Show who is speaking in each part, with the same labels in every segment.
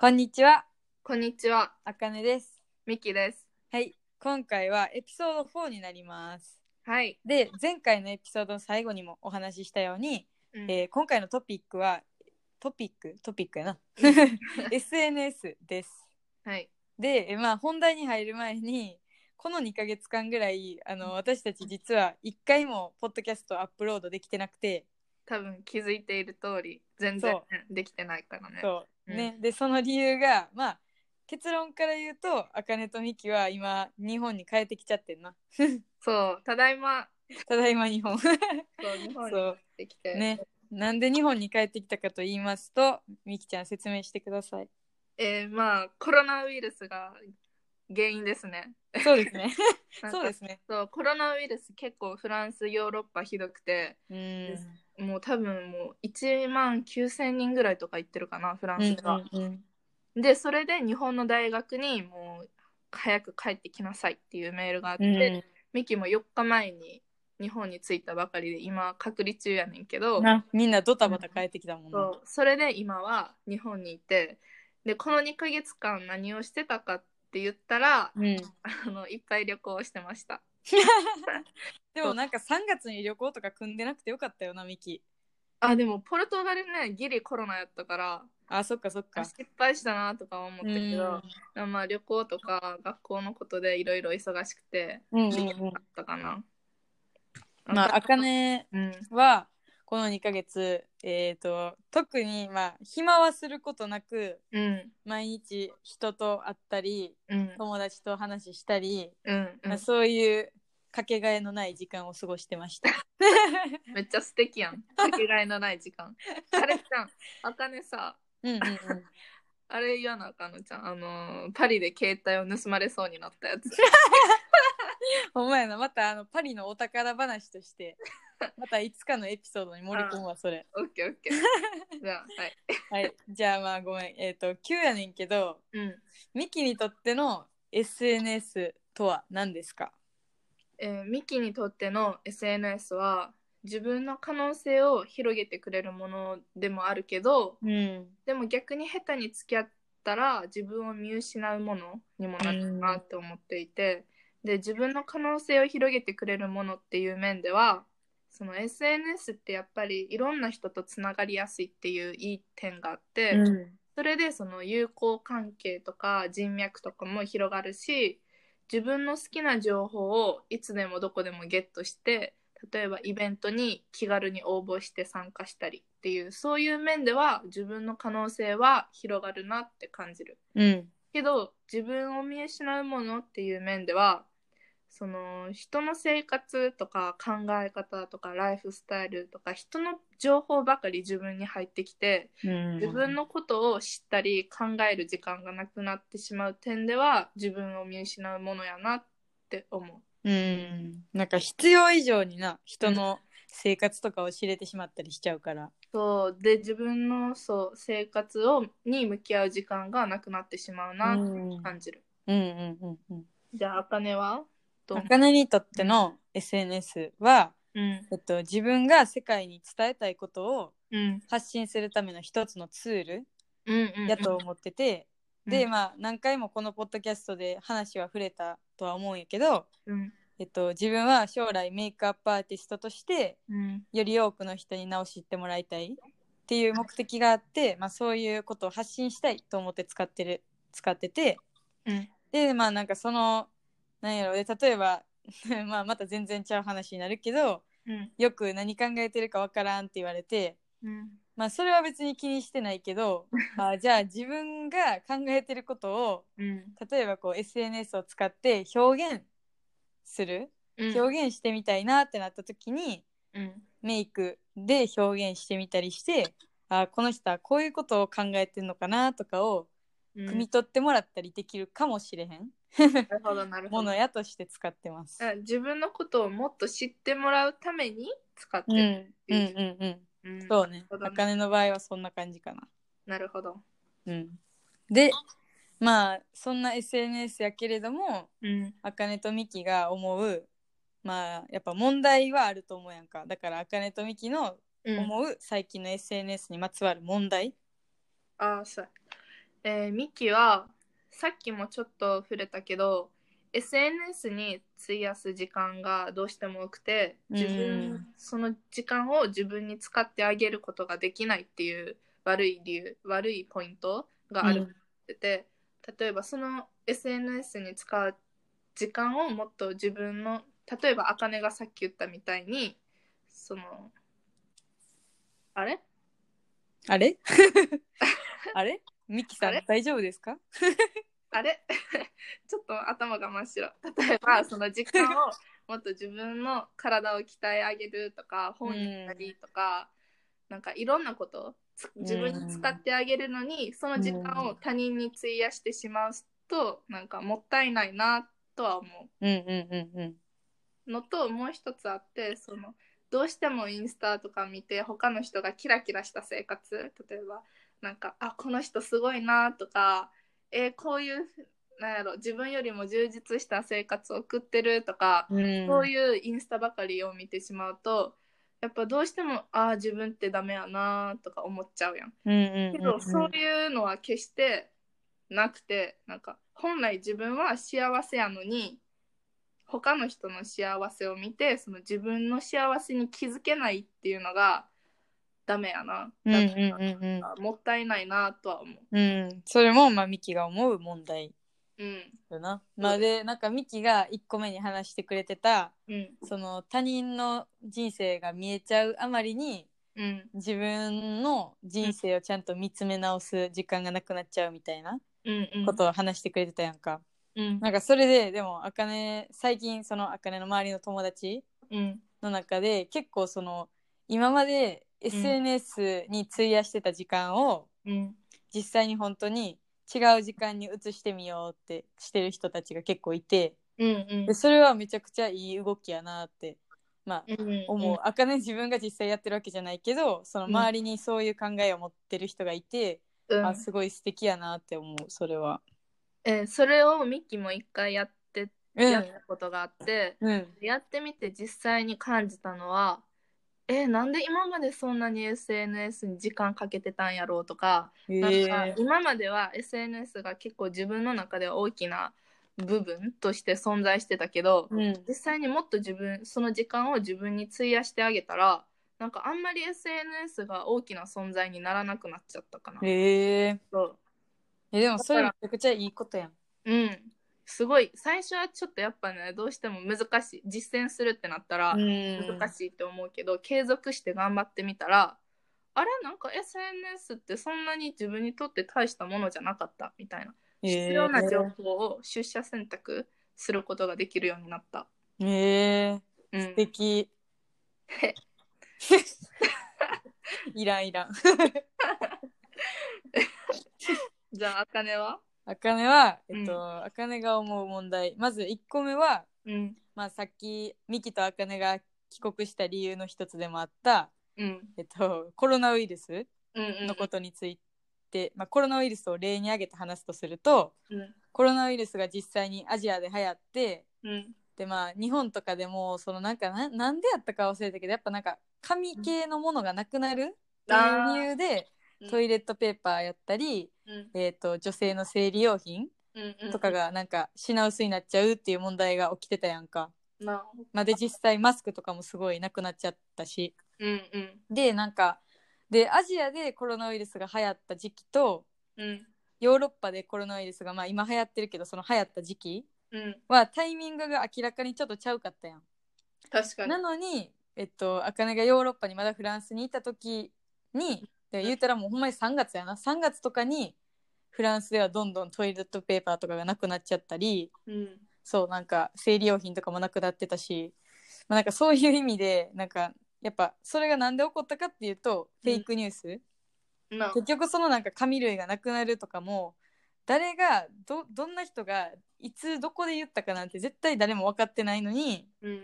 Speaker 1: こんにちは、
Speaker 2: こんにちは、
Speaker 1: あかねです。
Speaker 2: ミキです。
Speaker 1: はい、今回はエピソード4になります。
Speaker 2: はい。
Speaker 1: で、前回のエピソードの最後にもお話ししたように、
Speaker 2: うん
Speaker 1: えー今回のトピックは、トピック、トピックや な。SNS です。
Speaker 2: はい。
Speaker 1: で、えまあ、本題に入る前に、この2ヶ月間ぐらい、あの私たち実は1回もポッドキャストアップロードできてなくて、
Speaker 2: 多分気づいている通り、全然
Speaker 1: そ
Speaker 2: できてないからね。
Speaker 1: そう
Speaker 2: うん
Speaker 1: ね、でその理由がまあ結論から言うとあかねとみきは今日本に帰ってきちゃってんな
Speaker 2: そう、ただいま、
Speaker 1: ただいま日本
Speaker 2: そう日本
Speaker 1: そ
Speaker 2: に行
Speaker 1: う
Speaker 2: ってきて、
Speaker 1: ねなんで日本に帰ってきたかと言いますとみきちゃん説明してください
Speaker 2: えーまあ、コロナウイルスが原因ですね。
Speaker 1: そうですね
Speaker 2: なんか
Speaker 1: そうですね
Speaker 2: そうコロナウイルス結構フランス、ヨーロッパひどくて、
Speaker 1: うん
Speaker 2: もう多分もう1万9000人ぐらいとか行ってるかな、フランスが。
Speaker 1: うんうん
Speaker 2: で、それで日本の大学にもう早く帰ってきなさいっていうメールがあって、
Speaker 1: うん
Speaker 2: ミキも4日前に日本に着いたばかりで今隔離中やねんけど
Speaker 1: なみんなドタバタ帰ってきたもんな
Speaker 2: そうそれで今は日本にいてでこの2ヶ月間何をしてたかって言ったら
Speaker 1: うん、
Speaker 2: あのいっぱい旅行をしてました
Speaker 1: でもなんか3月に旅行とか組んでなくてよかったよなみき
Speaker 2: あでもポルトガルねギリコロナやったから
Speaker 1: あそっかそっ
Speaker 2: あ
Speaker 1: か
Speaker 2: 失敗したなとかは思った
Speaker 1: うん
Speaker 2: けど、まあ旅行とか学校のことでいろいろ忙しくて
Speaker 1: うんうん
Speaker 2: できな
Speaker 1: うん
Speaker 2: かったかな、
Speaker 1: まああかね
Speaker 2: うん
Speaker 1: はこの2ヶ月、えー、と特にまあ暇はすることなく
Speaker 2: うん
Speaker 1: 毎日人と会ったり
Speaker 2: うん
Speaker 1: 友達と話したり、
Speaker 2: うんう
Speaker 1: まあ
Speaker 2: ん
Speaker 1: そういうかけがえのない時間を過ごしてました。
Speaker 2: めっちゃ素敵やん。かけがえのない時間。あれちゃん、あかねさ、
Speaker 1: うんうんうん、
Speaker 2: あれ言わなあかんのちゃん。あのーパリで携帯を盗まれそうになったやつ。
Speaker 1: ほんまやなまたあのパリのお宝話として またいつかのエピソードに盛り込むわそれ。
Speaker 2: オッケーオッケー。じゃあ、はい。
Speaker 1: はい、じゃあまあごめんえっ、と急やねんけど
Speaker 2: うん。
Speaker 1: ミキにとっての SNS とは何ですか
Speaker 2: えーミキにとっての SNS は、自分の可能性を広げてくれるものでもあるけど、
Speaker 1: うん
Speaker 2: でも逆に下手に付き合ったら自分を見失うものにもなるなって思っていて、で自分の可能性を広げてくれるものっていう面ではその SNS ってやっぱりいろんな人とつながりやすいっていういい点があって、
Speaker 1: うん
Speaker 2: それでその友好関係とか人脈とかも広がるし自分の好きな情報をいつでもどこでもゲットして例えばイベントに気軽に応募して参加したりっていうそういう面では自分の可能性は広がるなって感じる
Speaker 1: うん
Speaker 2: けど自分を見失うものっていう面ではその人の生活とか考え方とかライフスタイルとか人の情報ばかり自分に入ってきて
Speaker 1: 自
Speaker 2: 自分のことを知ったり考える時間がなくなってしまう点では自分を見失うものやなって思う。
Speaker 1: うんなんか必要以上にな人の生活とかを知れてしまったりしちゃうから
Speaker 2: そうで自分のそう生活をに向き合う時間がなくなってしまうな
Speaker 1: う
Speaker 2: っ
Speaker 1: ん
Speaker 2: て感じる。
Speaker 1: うんうんうんうん
Speaker 2: じゃああかねはどう
Speaker 1: あかねにとっての SNS は、
Speaker 2: うん
Speaker 1: えっと、自分が世界に伝えたいことを
Speaker 2: うん
Speaker 1: 発信するための一つのツール
Speaker 2: うんうん
Speaker 1: やと思ってて、
Speaker 2: うん
Speaker 1: でまあ何回もこのポッドキャストで話は触れたとは思うんやけど、
Speaker 2: うん
Speaker 1: えっと、自分は将来メイクアップアーティストとして
Speaker 2: うん
Speaker 1: より多くの人に直し知ってもらいたいっていう目的があって、まあ、そういうことを発信したいと思って使ってる使ってて
Speaker 2: うん
Speaker 1: でまあなんかそのなんやろで例えば まあまた全然ちゃう話になるけど
Speaker 2: うん
Speaker 1: よく何考えてるかわからんって言われて。
Speaker 2: うん
Speaker 1: まあそれは別に気にしてないけど あじゃあ自分が考えてることを
Speaker 2: うん
Speaker 1: 例えばこう SNS を使って表現する表現してみたいなってなった時に、
Speaker 2: うん
Speaker 1: メイクで表現してみたりしてあこの人はこういうことを考えてるのかなとかを
Speaker 2: うん
Speaker 1: 汲み取ってもらったりできるかもしれへん、
Speaker 2: なるほどなる
Speaker 1: も
Speaker 2: ほど
Speaker 1: のやとして使ってます。
Speaker 2: あ自分のことをもっと知ってもらうために使っ
Speaker 1: う
Speaker 2: て
Speaker 1: ん、
Speaker 2: る、
Speaker 1: うんうんうん
Speaker 2: うん
Speaker 1: そうね
Speaker 2: なるほ
Speaker 1: あ
Speaker 2: どね
Speaker 1: かねの場合はそんな感じかな。
Speaker 2: なるほど
Speaker 1: うん、でまあそんな SNS やけれども
Speaker 2: うん
Speaker 1: あかねとみきが思うまあやっぱ問題はあると思うやんかだからあかねとみきの
Speaker 2: うん
Speaker 1: 思う最近の SNS にまつわる問題、
Speaker 2: ああそうえーミキはさっきもちょっと触れたけど SNS に費やす時間がどうしても多くて自分、
Speaker 1: うん
Speaker 2: その時間を自分に使ってあげることができないっていう悪い理由悪いポイントがあるって言ってて、例えばその SNS に使う時間をもっと自分の例えば茜がさっき言ったみたいにそのあれ
Speaker 1: あ れあれミキさ
Speaker 2: あ
Speaker 1: ん
Speaker 2: れ
Speaker 1: 大丈夫ですか
Speaker 2: あれ ちょっと頭が真っ白。例えば、その時間を もっと自分の体を鍛え上げるとか、本読んだりとか、なんかいろんなこと、つ自分に使ってあげるのに、その時間を他人に費やしてしまうと、なんかもったいないなとは思
Speaker 1: うんうんうんうん。
Speaker 2: うのと、もう一つあって、その、どうしてもインスタとか見て、他の人がキラキラした生活、例えば、なんか、あ、この人すごいなとか、えーこういうなんやろ自分よりも充実した生活を送ってるとか、
Speaker 1: うん、
Speaker 2: そういうインスタばかりを見てしまうとやっぱどうしてもああ自分ってダメやなとか思っちゃうやん。
Speaker 1: うんうんう
Speaker 2: け
Speaker 1: んう
Speaker 2: ど
Speaker 1: ん、
Speaker 2: そういうのは決してなくてなんか本来自分は幸せやのに他の人の幸せを見てその自分の幸せに気づけないっていうのがダメやな
Speaker 1: うんうん
Speaker 2: ダメやな
Speaker 1: うんうん
Speaker 2: もったいないなとは思う。
Speaker 1: うん、それもまあミキが思う問題
Speaker 2: うん
Speaker 1: だな。まあでなんかミキが1個目に話してくれてた
Speaker 2: うん
Speaker 1: その他人の人生が見えちゃうあまりに
Speaker 2: うん
Speaker 1: 自分の人生をちゃんと見つめ直す時間がなくなっちゃうみたいな
Speaker 2: うんうん
Speaker 1: ことを話してくれてたやんか。
Speaker 2: うん
Speaker 1: なんかそれででもあかね最近そのあかねの周りの友達
Speaker 2: うん
Speaker 1: の中で結構その今まで SNS に費やしてた時間を、
Speaker 2: うん
Speaker 1: 実際に本当に違う時間に移してみようってしてる人たちが結構いて
Speaker 2: うん
Speaker 1: でそれはめちゃくちゃいい動きやなってまあ
Speaker 2: うん
Speaker 1: 思う、あかね自分が実際やってるわけじゃないけどその周りにそういう考えを持ってる人がいて、
Speaker 2: うん
Speaker 1: あすごい素敵やなって思うそれは。
Speaker 2: えーそれをミッキーも一回やって、
Speaker 1: うん
Speaker 2: やったことがあって
Speaker 1: うん
Speaker 2: やってみて実際に感じたのはえーなんで今までそんなに SNS に時間かけてたんやろうとか,、
Speaker 1: へ
Speaker 2: なん
Speaker 1: え
Speaker 2: か今までは SNS が結構自分の中では大きな部分として存在してたけど、
Speaker 1: うん
Speaker 2: 実際にもっと自分その時間を自分に費やしてあげたらなんかあんまり SNS が大きな存在にならなくなっちゃったかな。
Speaker 1: へえ
Speaker 2: そう
Speaker 1: えでもそれめちゃくちゃいいことやん。
Speaker 2: うん、すごい最初はちょっとやっぱねどうしても難しい実践するってなったら
Speaker 1: うん
Speaker 2: 難しいと思うけど、継続して頑張ってみたらあれなんか SNS ってそんなに自分にとって大したものじゃなかったみたいな必要な情報を出社選択することができるようになった。
Speaker 1: へえ
Speaker 2: うん、
Speaker 1: 素 敵いらんいらん。
Speaker 2: じゃああかねは
Speaker 1: あかねは、
Speaker 2: うん
Speaker 1: えっと、あかねが思う問題。まず1個目は、
Speaker 2: うん
Speaker 1: まあ、さっき、ミキとあかねが帰国した理由の一つでもあった、
Speaker 2: うん
Speaker 1: えっと、コロナウイルス
Speaker 2: うんうん
Speaker 1: のことについて、まあ、コロナウイルスを例に挙げて話すとすると、
Speaker 2: うん
Speaker 1: コロナウイルスが実際にアジアで流行って、
Speaker 2: うん
Speaker 1: で、まあ、日本とかでも、そのなんかな、なんでやったか忘れたけど、やっぱなんか、紙系のものがなくなるっていう理由で、
Speaker 2: うん
Speaker 1: トイレットペーパーやったり、
Speaker 2: うん
Speaker 1: えっと、女性の生理用品
Speaker 2: うんうん
Speaker 1: とかがなんか品薄になっちゃうっていう問題が起きてたやんか。
Speaker 2: なあ
Speaker 1: まあ、で実際マスクとかもすごいなくなっちゃったし。
Speaker 2: うんうん
Speaker 1: でなんかでアジアでコロナウイルスが流行った時期と
Speaker 2: うん
Speaker 1: ヨーロッパでコロナウイルスがまあ今流行ってるけどその流行った時期
Speaker 2: うん
Speaker 1: はタイミングが明らかにちょっとちゃうかったやん。
Speaker 2: 確かに
Speaker 1: なのにえっと茜がヨーロッパにまだフランスにいた時にで言うたらもうほんまに3月やな3月とかにフランスではどんどんトイレットペーパーとかがなくなっちゃったり。
Speaker 2: うん
Speaker 1: そうなんか生理用品とかもなくなってたし、まあ、なんかそういう意味でなんかやっぱそれがなんで起こったかっていうと、
Speaker 2: うん
Speaker 1: フェイクニュース
Speaker 2: なあ
Speaker 1: 結局そのなんか紙類がなくなるとかも誰がどどんな人がいつどこで言ったかなんて絶対誰も分かってないのに
Speaker 2: うん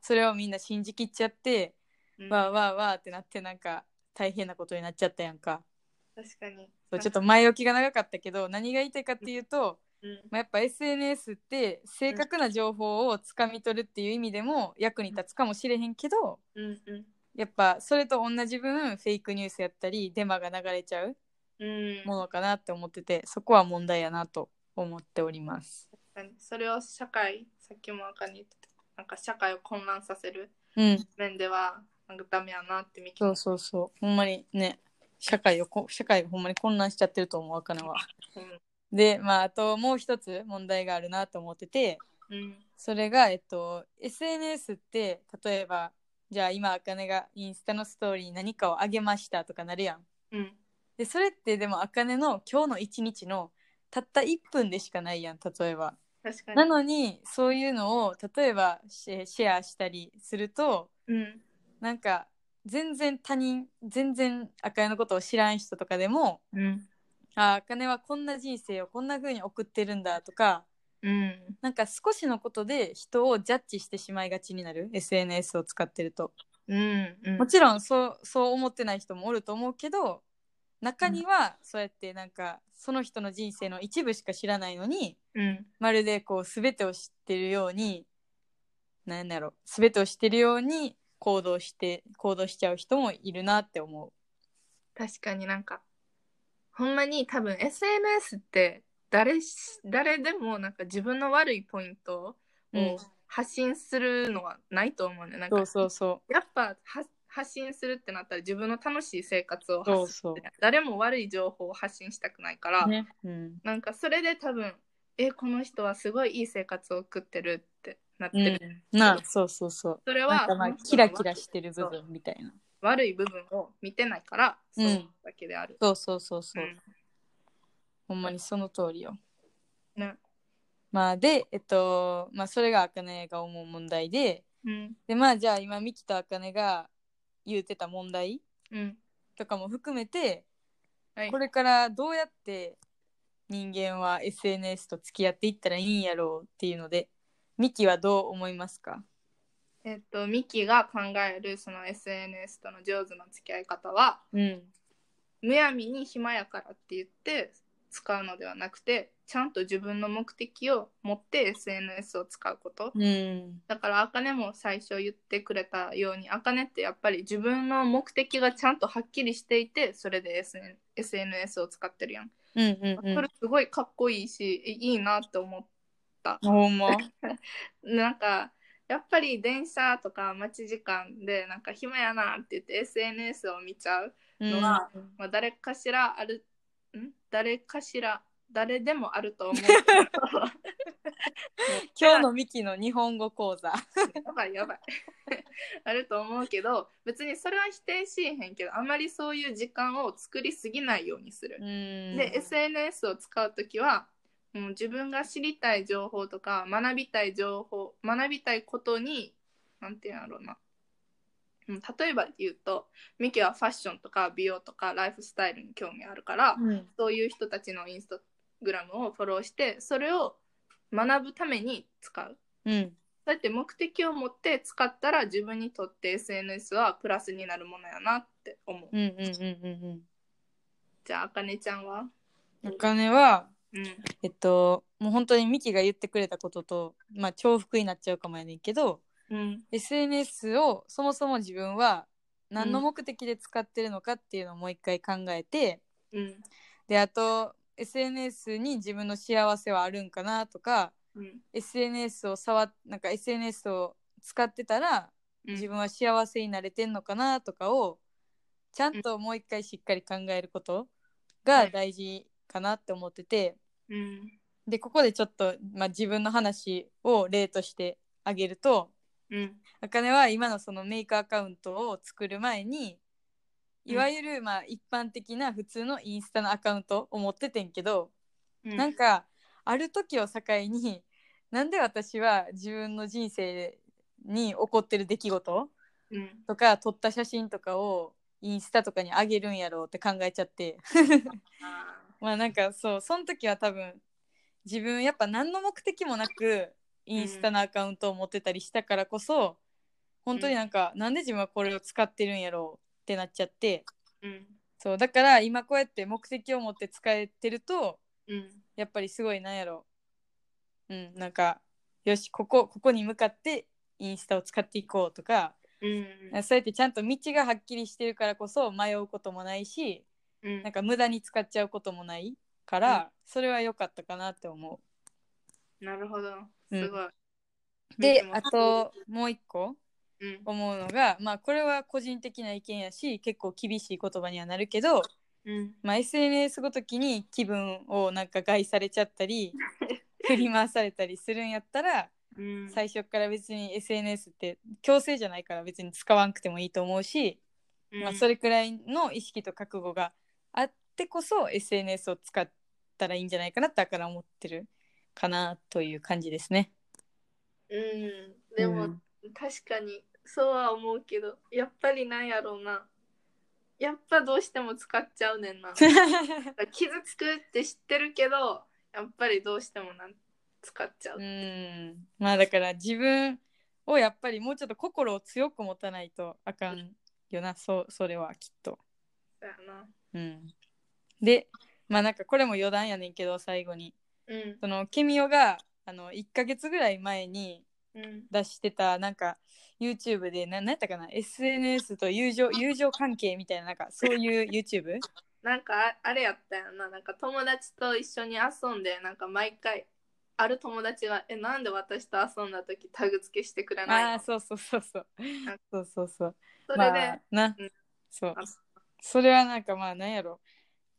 Speaker 1: それをみんな信じきっちゃって、
Speaker 2: うん
Speaker 1: わーわーわーってなってなんか大変なことになっちゃったやんか。
Speaker 2: 確かに
Speaker 1: そうちょっと前置きが長かったけど何が言いたいかっていうと、
Speaker 2: うん
Speaker 1: まあ、やっぱ SNS って正確な情報をつかみ取るっていう意味でも役に立つかもしれへんけど
Speaker 2: うんうん
Speaker 1: やっぱそれと同じ分フェイクニュースやったりデマが流れちゃう
Speaker 2: うん、
Speaker 1: ものかなって思っててそこは問題やなと思っております。
Speaker 2: 確かにそれを社会さっきもあかに言ってたなんか社会を混乱させる
Speaker 1: うん、
Speaker 2: 面ではなんかダメやなって見
Speaker 1: そうそうそうほんまにね社会をこ社会がほんまに混乱しちゃってると思うあかねは。
Speaker 2: うん
Speaker 1: でまああともう一つ問題があるなと思ってて、
Speaker 2: うん
Speaker 1: それが、えっと、SNS って例えばじゃあ今あかねがインスタのストーリーに何かをあげましたとかなるやん。
Speaker 2: うん
Speaker 1: でそれってでもあかねの今日の一日のたった1分でしかないやん例えば。
Speaker 2: 確かに
Speaker 1: なのにそういうのを例えばシェシェアしたりすると
Speaker 2: うん
Speaker 1: なんか全然他人全然あかねのことを知らん人とかでも
Speaker 2: うん
Speaker 1: ああかねはこんな人生をこんな風に送ってるんだとか
Speaker 2: うん
Speaker 1: なんか少しのことで人をジャッジしてしまいがちになる SNS を使ってると
Speaker 2: うんうん
Speaker 1: もちろんそうそう思ってない人もおると思うけど中にはそうやってなんかその人の人生の一部しか知らないのに
Speaker 2: うん
Speaker 1: まるでこう全てを知ってるように何だろう全てを知ってるように行動して行動しちゃう人もいるなって思う。
Speaker 2: 確かになんかほんまに多分 SNS って誰し誰でもなんか自分の悪いポイント
Speaker 1: うん
Speaker 2: を、発信するのはないと思うねなんか
Speaker 1: そうそうそ
Speaker 2: やっぱは発信するってなったら自分の楽しい生活を
Speaker 1: うそう
Speaker 2: 発信
Speaker 1: そ
Speaker 2: 誰も悪い情報を発信したくないから、
Speaker 1: う。ね。うん。
Speaker 2: なんかそれで多分えこの人はすごいいい生活を送ってるってなってる、
Speaker 1: うん、なあそうそうそう。
Speaker 2: それ
Speaker 1: なん
Speaker 2: は
Speaker 1: かまあ
Speaker 2: その人の
Speaker 1: キラキラしてる部分みたいな。
Speaker 2: 悪い部分を見てないから
Speaker 1: う
Speaker 2: そ
Speaker 1: ん
Speaker 2: うだけである、
Speaker 1: そうそうそうそう。
Speaker 2: うん
Speaker 1: ほんまにその通りよ。
Speaker 2: ね
Speaker 1: まあで、えっと、まあそれがあかねが思う問題で、
Speaker 2: うん
Speaker 1: でまあじゃあ今ミキとあかねが言うてた問題
Speaker 2: うん
Speaker 1: とかも含めて、
Speaker 2: はい
Speaker 1: これからどうやって人間は SNS と付き合っていったらいいんやろうっていうので、ミキはどう思いますか
Speaker 2: えっとミキが考えるその SNS との上手な付き合い方は
Speaker 1: うん。
Speaker 2: むやみに暇やからって言って使うのではなくてちゃんと自分の目的を持って SNS を使うこと、
Speaker 1: うん。
Speaker 2: だからあかねも最初言ってくれたようにあかねってやっぱり自分の目的がちゃんとはっきりしていてそれで SN SNS を使ってるやん、
Speaker 1: うんうん
Speaker 2: そうれすごいかっこいいしえいいなって思っ
Speaker 1: ん。ほ んま。
Speaker 2: なんかやっぱり電車とか待ち時間でなんか暇やなって言って SNS を見ちゃう、
Speaker 1: うん
Speaker 2: のはまあ、誰かしらあるん誰かしら誰でもあると思う
Speaker 1: 今日のミキの日本語講座。
Speaker 2: やばいやばいあると思うけど別にそれは否定しへんけどあまりそういう時間を作りすぎないようにする、
Speaker 1: うん。
Speaker 2: で SNS を使う時はもう自分が知りたい情報とか学びたい情報学びたいことになんていうんだろうなうん例えば言うとミキはファッションとか美容とかライフスタイルに興味あるから、
Speaker 1: うん
Speaker 2: そういう人たちのインスタグラムをフォローしてそれを学ぶために使う
Speaker 1: うん。
Speaker 2: だって目的を持って使ったら自分にとって SNS はプラスになるものやなって思う。
Speaker 1: うんうんうんうんうん。
Speaker 2: じゃあ、あかねちゃんは
Speaker 1: お金は、
Speaker 2: うん。
Speaker 1: えっと、もう本当にミキが言ってくれたことと、まあ、重複になっちゃうかもやねんけど、
Speaker 2: うん。
Speaker 1: SNS をそもそも自分は何の目的で使ってるのかっていうのをもう一回考えて、
Speaker 2: うん。
Speaker 1: で、あと、SNS に自分の幸せはあるんかなとか、
Speaker 2: うん。
Speaker 1: SNS を触っ、なんか SNS を使ってたら、自分は幸せになれてんのかなとかをちゃんともう一回しっかり考えることが大事かなって思ってて
Speaker 2: うん。
Speaker 1: でここでちょっと、まあ、自分の話を例としてあげると
Speaker 2: うん。
Speaker 1: あかねは今のそのメイクアカウントを作る前に
Speaker 2: うん
Speaker 1: いわゆるまあ一般的な普通のインスタのアカウントを持っててんけど、
Speaker 2: うん。
Speaker 1: なんかある時を境になんで私は自分の人生に起こってる出来事
Speaker 2: うん。
Speaker 1: とか撮った写真とかをインスタとかにあげるんやろうって考えちゃって
Speaker 2: あ
Speaker 1: まあなんかそうその時は多分自分やっぱ何の目的もなくインスタのアカウントを持ってたりしたからこそ本当になんか、なんで自分はこれを使ってるんやろうってなっちゃって
Speaker 2: ーうん。
Speaker 1: そうだから今こうやって目的を持って使えてると
Speaker 2: うん。
Speaker 1: やっぱりすごいなんやろうんなんかよしここここに向かってインスタを使っていこうとか
Speaker 2: うん。
Speaker 1: そうやってちゃんと道がはっきりしてるからこそ迷うこともないし
Speaker 2: うん
Speaker 1: なんか無駄に使っちゃうこともないから、それは良かったかなって思
Speaker 2: なるほど。
Speaker 1: うん
Speaker 2: すごい。
Speaker 1: う。で
Speaker 2: 見てま
Speaker 1: あ
Speaker 2: す
Speaker 1: と、もう一個
Speaker 2: うん。
Speaker 1: 思うのがまあこれは個人的な意見やし結構厳しい言葉にはなるけど、
Speaker 2: うん。
Speaker 1: まあ、SNS ごときに気分をなんか害されちゃった り振り回されたりするんやったら
Speaker 2: うん。
Speaker 1: 最初から別に SNS って強制じゃないから別に使わんくてもいいと思うし、まあ、そ
Speaker 2: れ。
Speaker 1: れくらいの意識と覚悟があってこそ SNS を使ったらいいんじゃないかなってだから思ってるかなという感じですね。
Speaker 2: うん。でも、
Speaker 1: う ん
Speaker 2: 確かに、そうは思うけど、やっぱりなんやろうな。やっぱどうしても使っちゃうね んな。傷つくって知ってるけど、やっぱりどうしてもなん使っちゃう。
Speaker 1: うんまあだから自分をやっぱりもうちょっと心を強く持たないとあかんよなそうそれはきっと。
Speaker 2: だよな。
Speaker 1: うん、でまあなんかこれも余談やねんけど最後に
Speaker 2: うん。
Speaker 1: そのケミオがあの1ヶ月ぐらい前に
Speaker 2: うん。
Speaker 1: 出してたなんか YouTube でな何やったかな SNS と友情友情関係みたいななんかそういう YouTube?
Speaker 2: なんかああれやったよななんか友達と一緒に遊んでなんか毎回ある友達が「えなんで私と遊んだ時タグ付けしてくれない
Speaker 1: あ
Speaker 2: の
Speaker 1: あそうそうそうそう
Speaker 2: あ
Speaker 1: そうそうそう
Speaker 2: それで、
Speaker 1: まあ、な、
Speaker 2: うん
Speaker 1: そう
Speaker 2: あ
Speaker 1: それはなんかまあなんやろ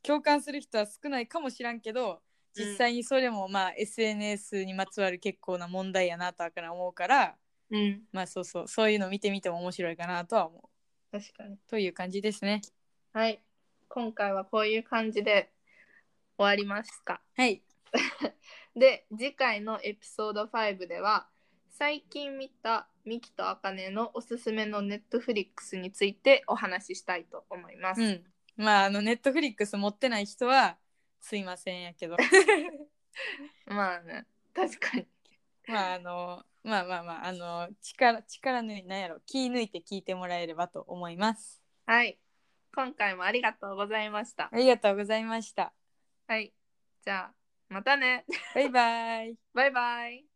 Speaker 1: 共感する人は少ないかもしらんけど
Speaker 2: うん
Speaker 1: 実際にそれもまあ SNS にまつわる結構な問題やなとはから思うから
Speaker 2: うん
Speaker 1: まあそうそうそういうの見てみても面白いかなとは思う
Speaker 2: 確かに
Speaker 1: という感じですね
Speaker 2: はい今回はこういう感じで終わりますか
Speaker 1: はい
Speaker 2: で次回のエピソード5では最近見たミキとアカネのおすすめのネットフリックスについてお話ししたいと思います、
Speaker 1: うんまああのネットフリックス持ってない人はすいませんやけど
Speaker 2: まあね確かに
Speaker 1: まああのまあまあまああの力力抜いなんやろ気抜いて聞いてもらえればと思います
Speaker 2: はい今回もありがとうございました
Speaker 1: ありがとうございました
Speaker 2: はい。じゃあ、またね。
Speaker 1: バイバイ
Speaker 2: バイバイ。